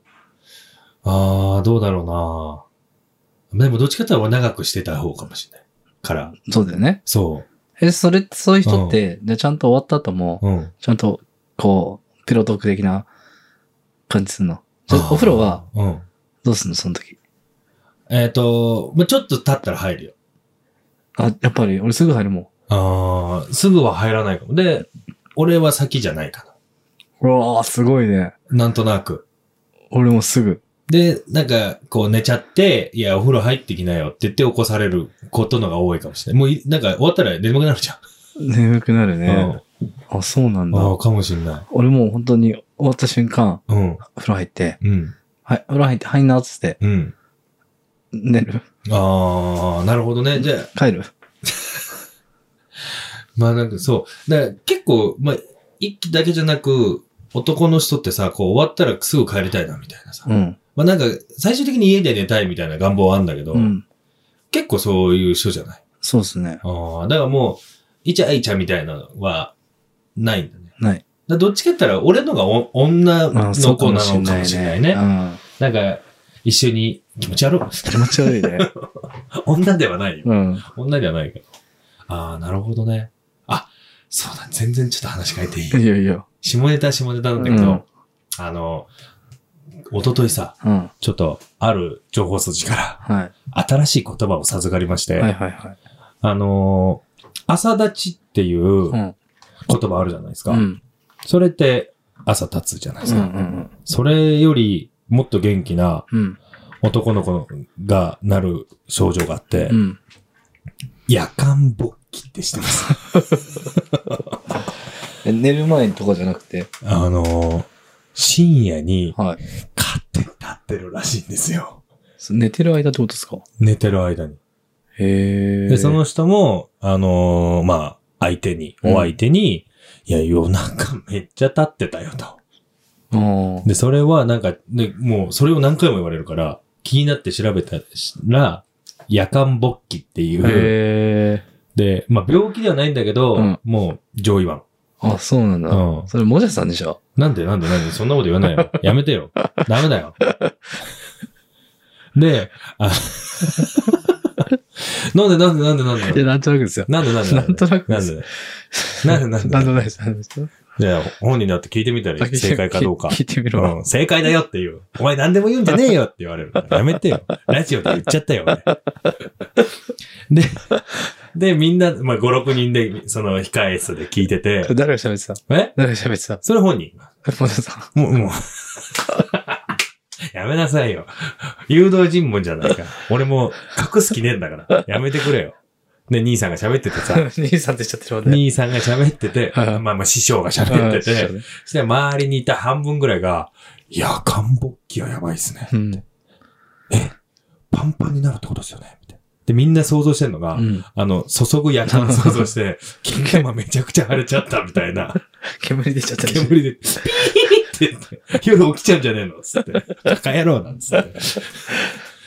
ああ、どうだろうな。でもどっちかっていうと長くしてた方かもしれない。から。そうだよね。そえ、それ、そういう人って、でちゃんと終わった後も、う。うん。ちゃんと、こう、ピロートーク的な感じすんの。ちょあーお風呂は、うん。どうすんのその時。えっ、と、まあ、ちょっと経ったら入るよ。あ、やっぱり、俺すぐ入るもん。ああ、すぐは入らないかも。で、俺は先じゃないかうわあ、すごいね。なんとなく。俺もすぐ。で、なんか、こう寝ちゃって、いや、お風呂入ってきなよって言って起こされることのが多いかもしれない。もうい、なんか終わったら眠くなるじゃん。眠くなるね。あ、そうなんうん。ああ、だ。かもしれない。俺もう本当に終わった瞬間、うん。風呂入って、うん。はい、風呂入って、入んなっつって、うん。寝る。 ああ、なるほどね。じゃあ、帰る。まあなんかそう。だから結構、まあ、一気だけじゃなく、男の人ってさ、こう終わったらすぐ帰りたいなみたいなさ。うん。まあなんか、最終的に家で寝たいみたいな願望はあるんだけど、うん。結構そういう人じゃない。そうですね。ああ、だからもう、イチャイチャみたいなのは、ないんだね。ない。だどっちかって言ったら、俺のがお女あそのうか子もなのしかもしれないね。うん。なんか、一緒に気持ち悪い。気持ち悪いね。 女ではないよ。うん。女ではないけど。ああ、なるほどね。あ、そうだ、全然ちょっと話変えていい。いやいや。下ネタ下ネタなんだけど、うんあの、一昨日さ、うん。ちょっと、ある情報筋かはい。ら、新しい言葉を授かりまして、はいはいはい。あのー朝立ちっていうう言ん。葉あるじゃないですか。うん。それって、朝立つじゃないでうすんうか。んそれより、もっと元気なうん。男の子がなる症状があって、うん。夜間勃起ってしてます。 え寝る前とかじゃなくて。あのー深夜に、はい。勝って立ってるらしいんですよ。そ寝てる間ってことですか寝てる間に。へえ。で、その人も、あのーまあ、相手に、うんお相手に、いや、夜中めっちゃ立ってたよと。うん、で、それはなんか、ね、もう、それを何回も言われるから、気になって調べたら、夜間勃起っていう、へえ。で、まあ、病気ではないんだけど、うんもう、上位腕。あ、そうなんだ。うんそれ、もじゃさんでしょなんでなんでなんでそんなこと言わない よ。やめてよ。ダメだよ。で、あ なんでなんでなんでなんでなんでなんとなくですよ。なんでなんで なんとなくなんでなんでなんで なんとなくです。なんとなくですじゃあ、本人だって聞いてみたら正解かどうか。聞いてみろ。うん、正解だよっていう。お前何でも言うんじゃねえよって言われるから。やめてよ。ラジオで言っちゃったよ、俺で、で、みんな、まあ、5、6人で、その、控え室で聞いてて、誰が喋ってたえ誰が喋ってたそれ本人。もじゃさん。もう、もう。 やめなさいよ。誘導尋問じゃないか。俺も隠す気ねえんだから。やめてくれよ。で、兄さんが喋ってて さ、 兄さんって言っちゃってるもんね。兄さんが喋ってて、はいはいまあまあ師匠が喋ってあてー、そうそしたら周りにいた半分ぐらいが、いや、漢勃起はやばいっすね。だねパンパンになるってことですよね。みたいなで、みんな想像してんのが、うん。うん。あの、注ぐやかん想像 して、金玉めちゃくちゃ腫れちゃったみたいな。煙出ちゃったりして。煙で、ピーって言って、夜起きちゃうんじゃねえのつって。バカ野郎なんつって。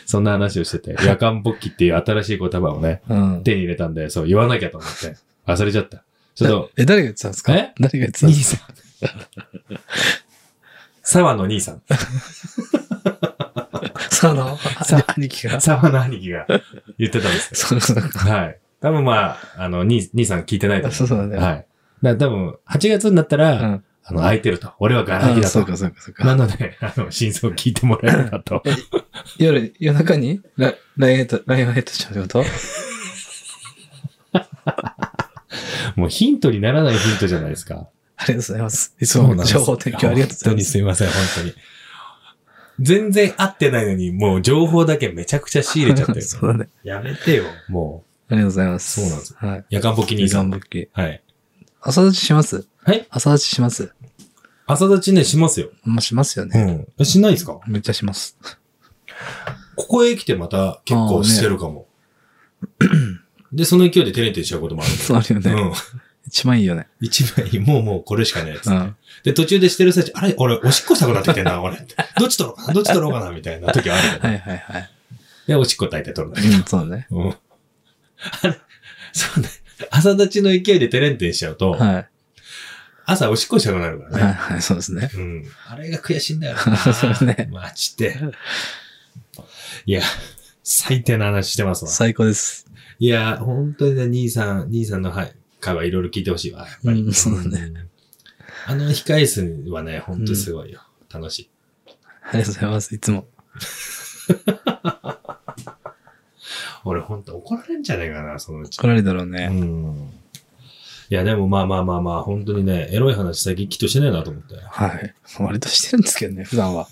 そんな話をしてて、夜間勃起っていう新しい言葉をね、うん。手に入れたんで、そう言わなきゃと思って、忘れちゃった。ちょっと、え、誰が言ってたんですかえ誰が言ってたん兄ですさん。沢の兄さ ん。かそ うなの兄貴が。沢の兄貴が言ってたんですそうそうよ。はい。多分まあ、あの、兄、兄さん聞いてないとそう思そうう。だね。はい。だから多分、8月になったら、うんあの、空いてると。俺はガラ空きあだそうと。かそうかそうか。なので、 あの、真相を聞いてもらえる かと。夜、夜中にララインヘッド、ラインヘッドしちゃうっ てこともうヒントにならないヒントじゃないですか。ありがとうございます。いつも情報提供ありがとうござい本当まにす。すいません、本当に。全然合ってないのに、もう情報だけめちゃくちゃ仕入れちゃってる。 そうだね。やめてよ。もありがとうございます。そうなんですす。はい。う、夜間ぼき兄二さん。番復帰。はい。朝立ちしますはい朝立ちします朝立ちね、しますよ。まあ、しますよね。ん。えしないですかめっちゃします。 ここへ来てまた結構してるかも。で、その勢いでテレテレしちゃうこともある。そうあるよね。うん。一番いいよね。一番いい。もうもうこれしかねえっつうってん。で、途中でしてる最中、あれ俺、おしっこしたくなってきてんな、俺。どっち取ろうかなどっち取ろうかなみたいな時はあるよねはいはいはい。で、おしっこ大体取るんだけど。うん、そうだね。うん。あれそうね。朝立ちの勢いでテレンテンしちゃうと、はい。朝おしっこしたくなるからね。はいはい、そうですね。うん。あれが悔しいんだよ そうな。ねマジで。 いや、最低な話してますわ。最高です。いや、本当にね、兄さん、兄さんのはい会はいろいろ聞いてほしいわ、やっぱり。うんそうだねん。あの控え室はね、本当にすごいよ。楽しい。ありがとうございます。いつも。俺本当怒られんじゃねえかな、そのうち。来られるだろううね。ん。いや、でもまあまあまあまあ、本当にね、エロい話最近きっとしてないなと思って。はい。割としてるんですけどね、普段は。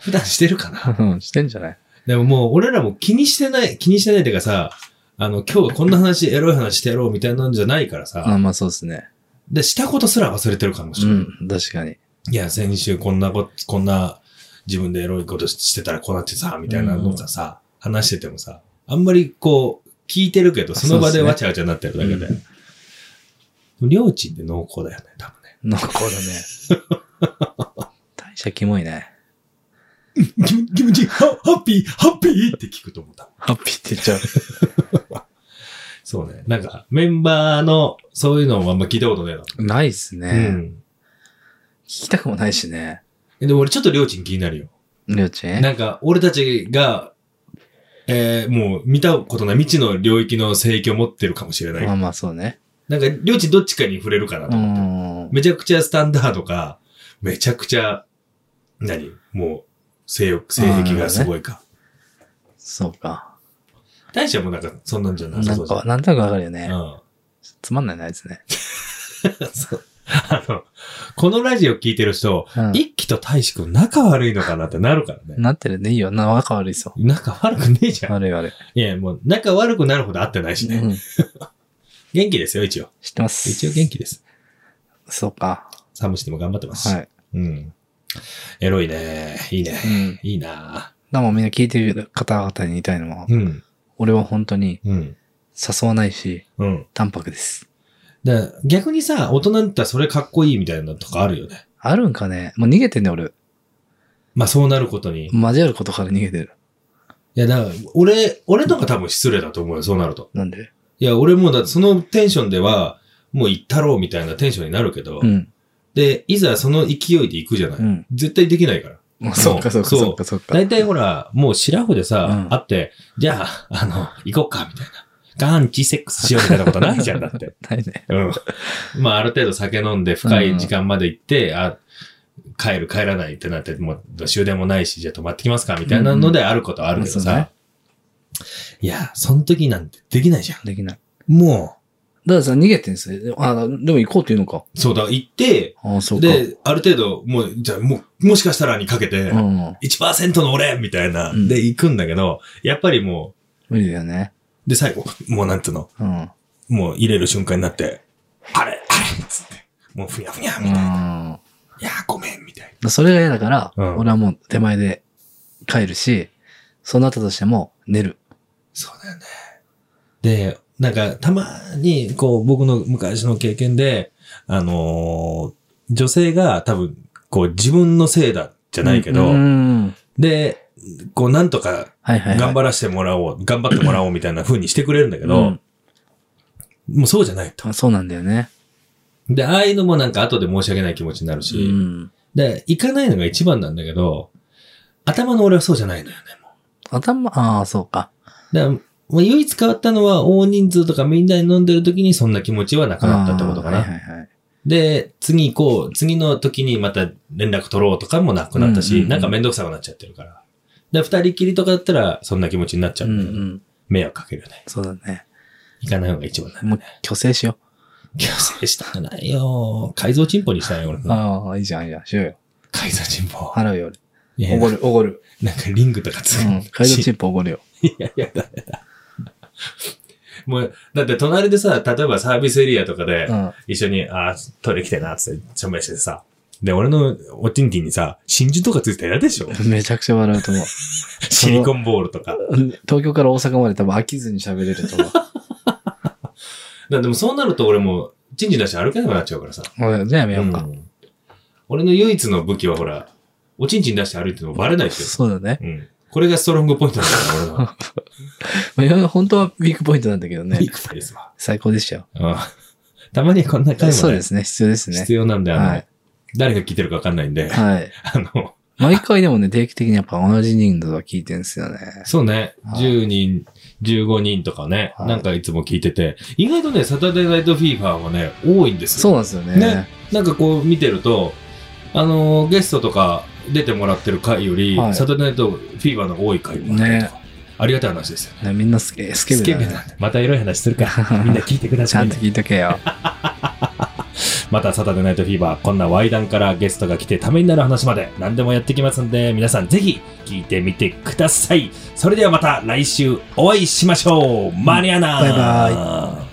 普段してるかなうん、してんじゃないでももう、俺らも気にしてない、気にしてないっていうかさ、あの、今日こんな話、エロい話してやろうみたいなんじゃないからさ、あまあそうですね。で、したことすら忘れてるかもしうれない。ん、確かに。いや、先週こんなこ、こんな、自分でエロいことしてたらこうなってさ、みたいなのがさ、話しててもさ、あんまりこう、聞いてるけど、その場でそうっすねわちゃわちゃになってるだけで。りょうちんって濃厚だよね、多分ね。残るね。代謝キモいね。気気持ちいい、 ハハッピー、ハッピーって聞くと思った。ハッピーって言っちゃう。そうね。なんか、メンバーの、そういうのをあんま聞いたことないな。ないっすね。うん。聞きたくもないしね。でも俺ちょっとりょうちん気になるよ。りょうちんなんか、俺たちが、えー、もう見たことない未知の領域の性域を持ってるかもしれないまあまあそうね。なんか、りょうちんどっちかに触れるかなうと思って。ん。めちゃくちゃスタンダードか、めちゃくちゃ、何もう、性欲、性癖がすごいか。そうか。大社もなんか、そんなんじゃななさそんうじゃんか、。なんとなくわかるよね。うん。つまんないな、あいつね。そうあの、このラジオ聞いてる人、うん一輝と大志くん仲悪いのかなってなるからね。なってるね。いいよ。な、仲悪いっすよ。仲悪くねえじゃん。悪い悪い。いや、もう仲悪くなるほど会ってないしね。うん。元気ですよ、一応。知ってます。一応元気です。そうか。サムシティも頑張ってますし。はい。うん。エロいね。いいね。うん。いいなでもみんな聞いてる方々に言いたいのは、うん。俺は本当にうん。誘わないし、うん。淡白です。だから逆にさ、大人だったらそれかっこいいみたいなとかあるよね。あるんかねもう逃げてんね、俺。まあそうなることに。い交わることから逃げてる。や、だから、俺、俺とか多分失礼だと思うよ、そうなると。なんでいや、俺もうだってそのテンションでは、もう行ったろうみたいなテンションになるけど、うん。で、いざその勢いで行くじゃない。うん絶対できないから。まあそうか、そうか、そうそうか、そうか。大体ほら、もうシラフでさ、うん会って、じゃあ、あの、行こうか、みたいな。ガンチセックスしようみたいなことないじゃん、だって。ないね。うん。まあ、ある程度酒飲んで深い時間まで行って、あ、帰る帰らないってなって、もう終電もないし、じゃあ泊まってきますかみたいなのであることはあるけどまあさ。いや、その時なんてできないじゃん。できない。もだからさ、逃げてんすよ。あ、でも行こうって言うのか。う。そうだ、行って、ああ、そうか。で、ある程度、もう、じゃあ、もう、もしかしたらにかけて、うん。 1%の俺みたいな、うんで行くんだけど、やっぱりも無理だよね。う、で、最後、もうなんていうの、うん。うん。もう入れる瞬間になって、あれあれっつって、もうふにゃふにゃみたいな。だかいや、ごめんみたいらそれが嫌だから、うん俺はもう手前で帰るし、そうなったとしても寝る。そうだよね。で、なんか、たまに、こう、僕の昔の経験で、あのー女性が多分、こう、自分のせいだ、じゃないけど、うん。で、こう、なんとか、はいはいはい。頑張るらせてもらおう、頑張ってもらおうみたいな風にしてくれるんだけけど、もうそうじゃないと。そうなんだよね。で、ああいうのもなんか後で申し訳ない気持ちになるうし、ん。で、行かないのが一番なんだけど、頭の俺はそうじゃないのよね、もう。頭、ああ、そうか。だからもう唯一変わったのは、大人数とかみんなに飲んでる時にそんな気持ちはなくなったってことかな。あーはいはいはい。で、次行こう、次の時にまた連絡取ろうとかもなくなったし、うんうんうんなんかめんどくさくなっちゃってるから。で、二人きりとかだったら、そんな気持ちになっちゃううんうで、ん。迷惑かけるよね。そうだね。行かない方が一番だもねう。虚勢しよ強制したくないよ。改造チンポにしたいよ、俺う。も。ああ、いいじゃん、いいじゃん。しようよ。改造チンポ。払うよ、いや俺。おごる、おごる。なんかリングとかつうん。海賊チップおご るよ。いやいや、だだ もう、だって隣でさ、例えばサービスエリアとかで、うん。一緒に、あー、トイレ来てな、つって、証明してさ。で、俺のおちんちんにさ、真珠とかついてたら嫌でしょめちゃくちゃ笑うと 思う。シリコンボールとか。うん東京から大阪まで多分飽きずに喋れると思う。だでもそうなると俺も、チンチン出して歩けなくなっちゃうからさ。 うんじゃあやめよううか。ん俺の唯一の武器はほら、おちんちん出して歩いてもバレないですよ。そうだね。うん。これがストロングポイントなんだから、 俺の。まあいや本当はビッグポイントなんだけどねビ。ッグファイですわ。最高でしたよ。うんたまにこんな回もねそうですね。必要ですね必。要なんで、あの、はい誰が聞いてるかわかんないんで、はい。 あの、毎回でもね、定期的にやっぱ同じ人数は聞いてんすよね。そうね、はい10人、15人とかね、はいなんかいつも聞いてて、意外とね、サタデーナイトフィーバーはね、多いんですよそうなんですよね。ねなんかこう見てると、あのーゲストとか出てもらってる回より、はいサタデーナイトフィーバーの多い回もあったりとか、ありがたい話ですよね。ねみんなスケスケベだ、ね。なんでまたエロい話するから、みんな聞いてくだ ちゃさいんと。聞いとけよ。またサタデーナイトフィーバー、こんなワイダンからゲストが来てためになる話まで何でもやってきますんで、皆さんぜひ聞いてみてください。それではまた来週お会いしましょう。マリアナバイイ。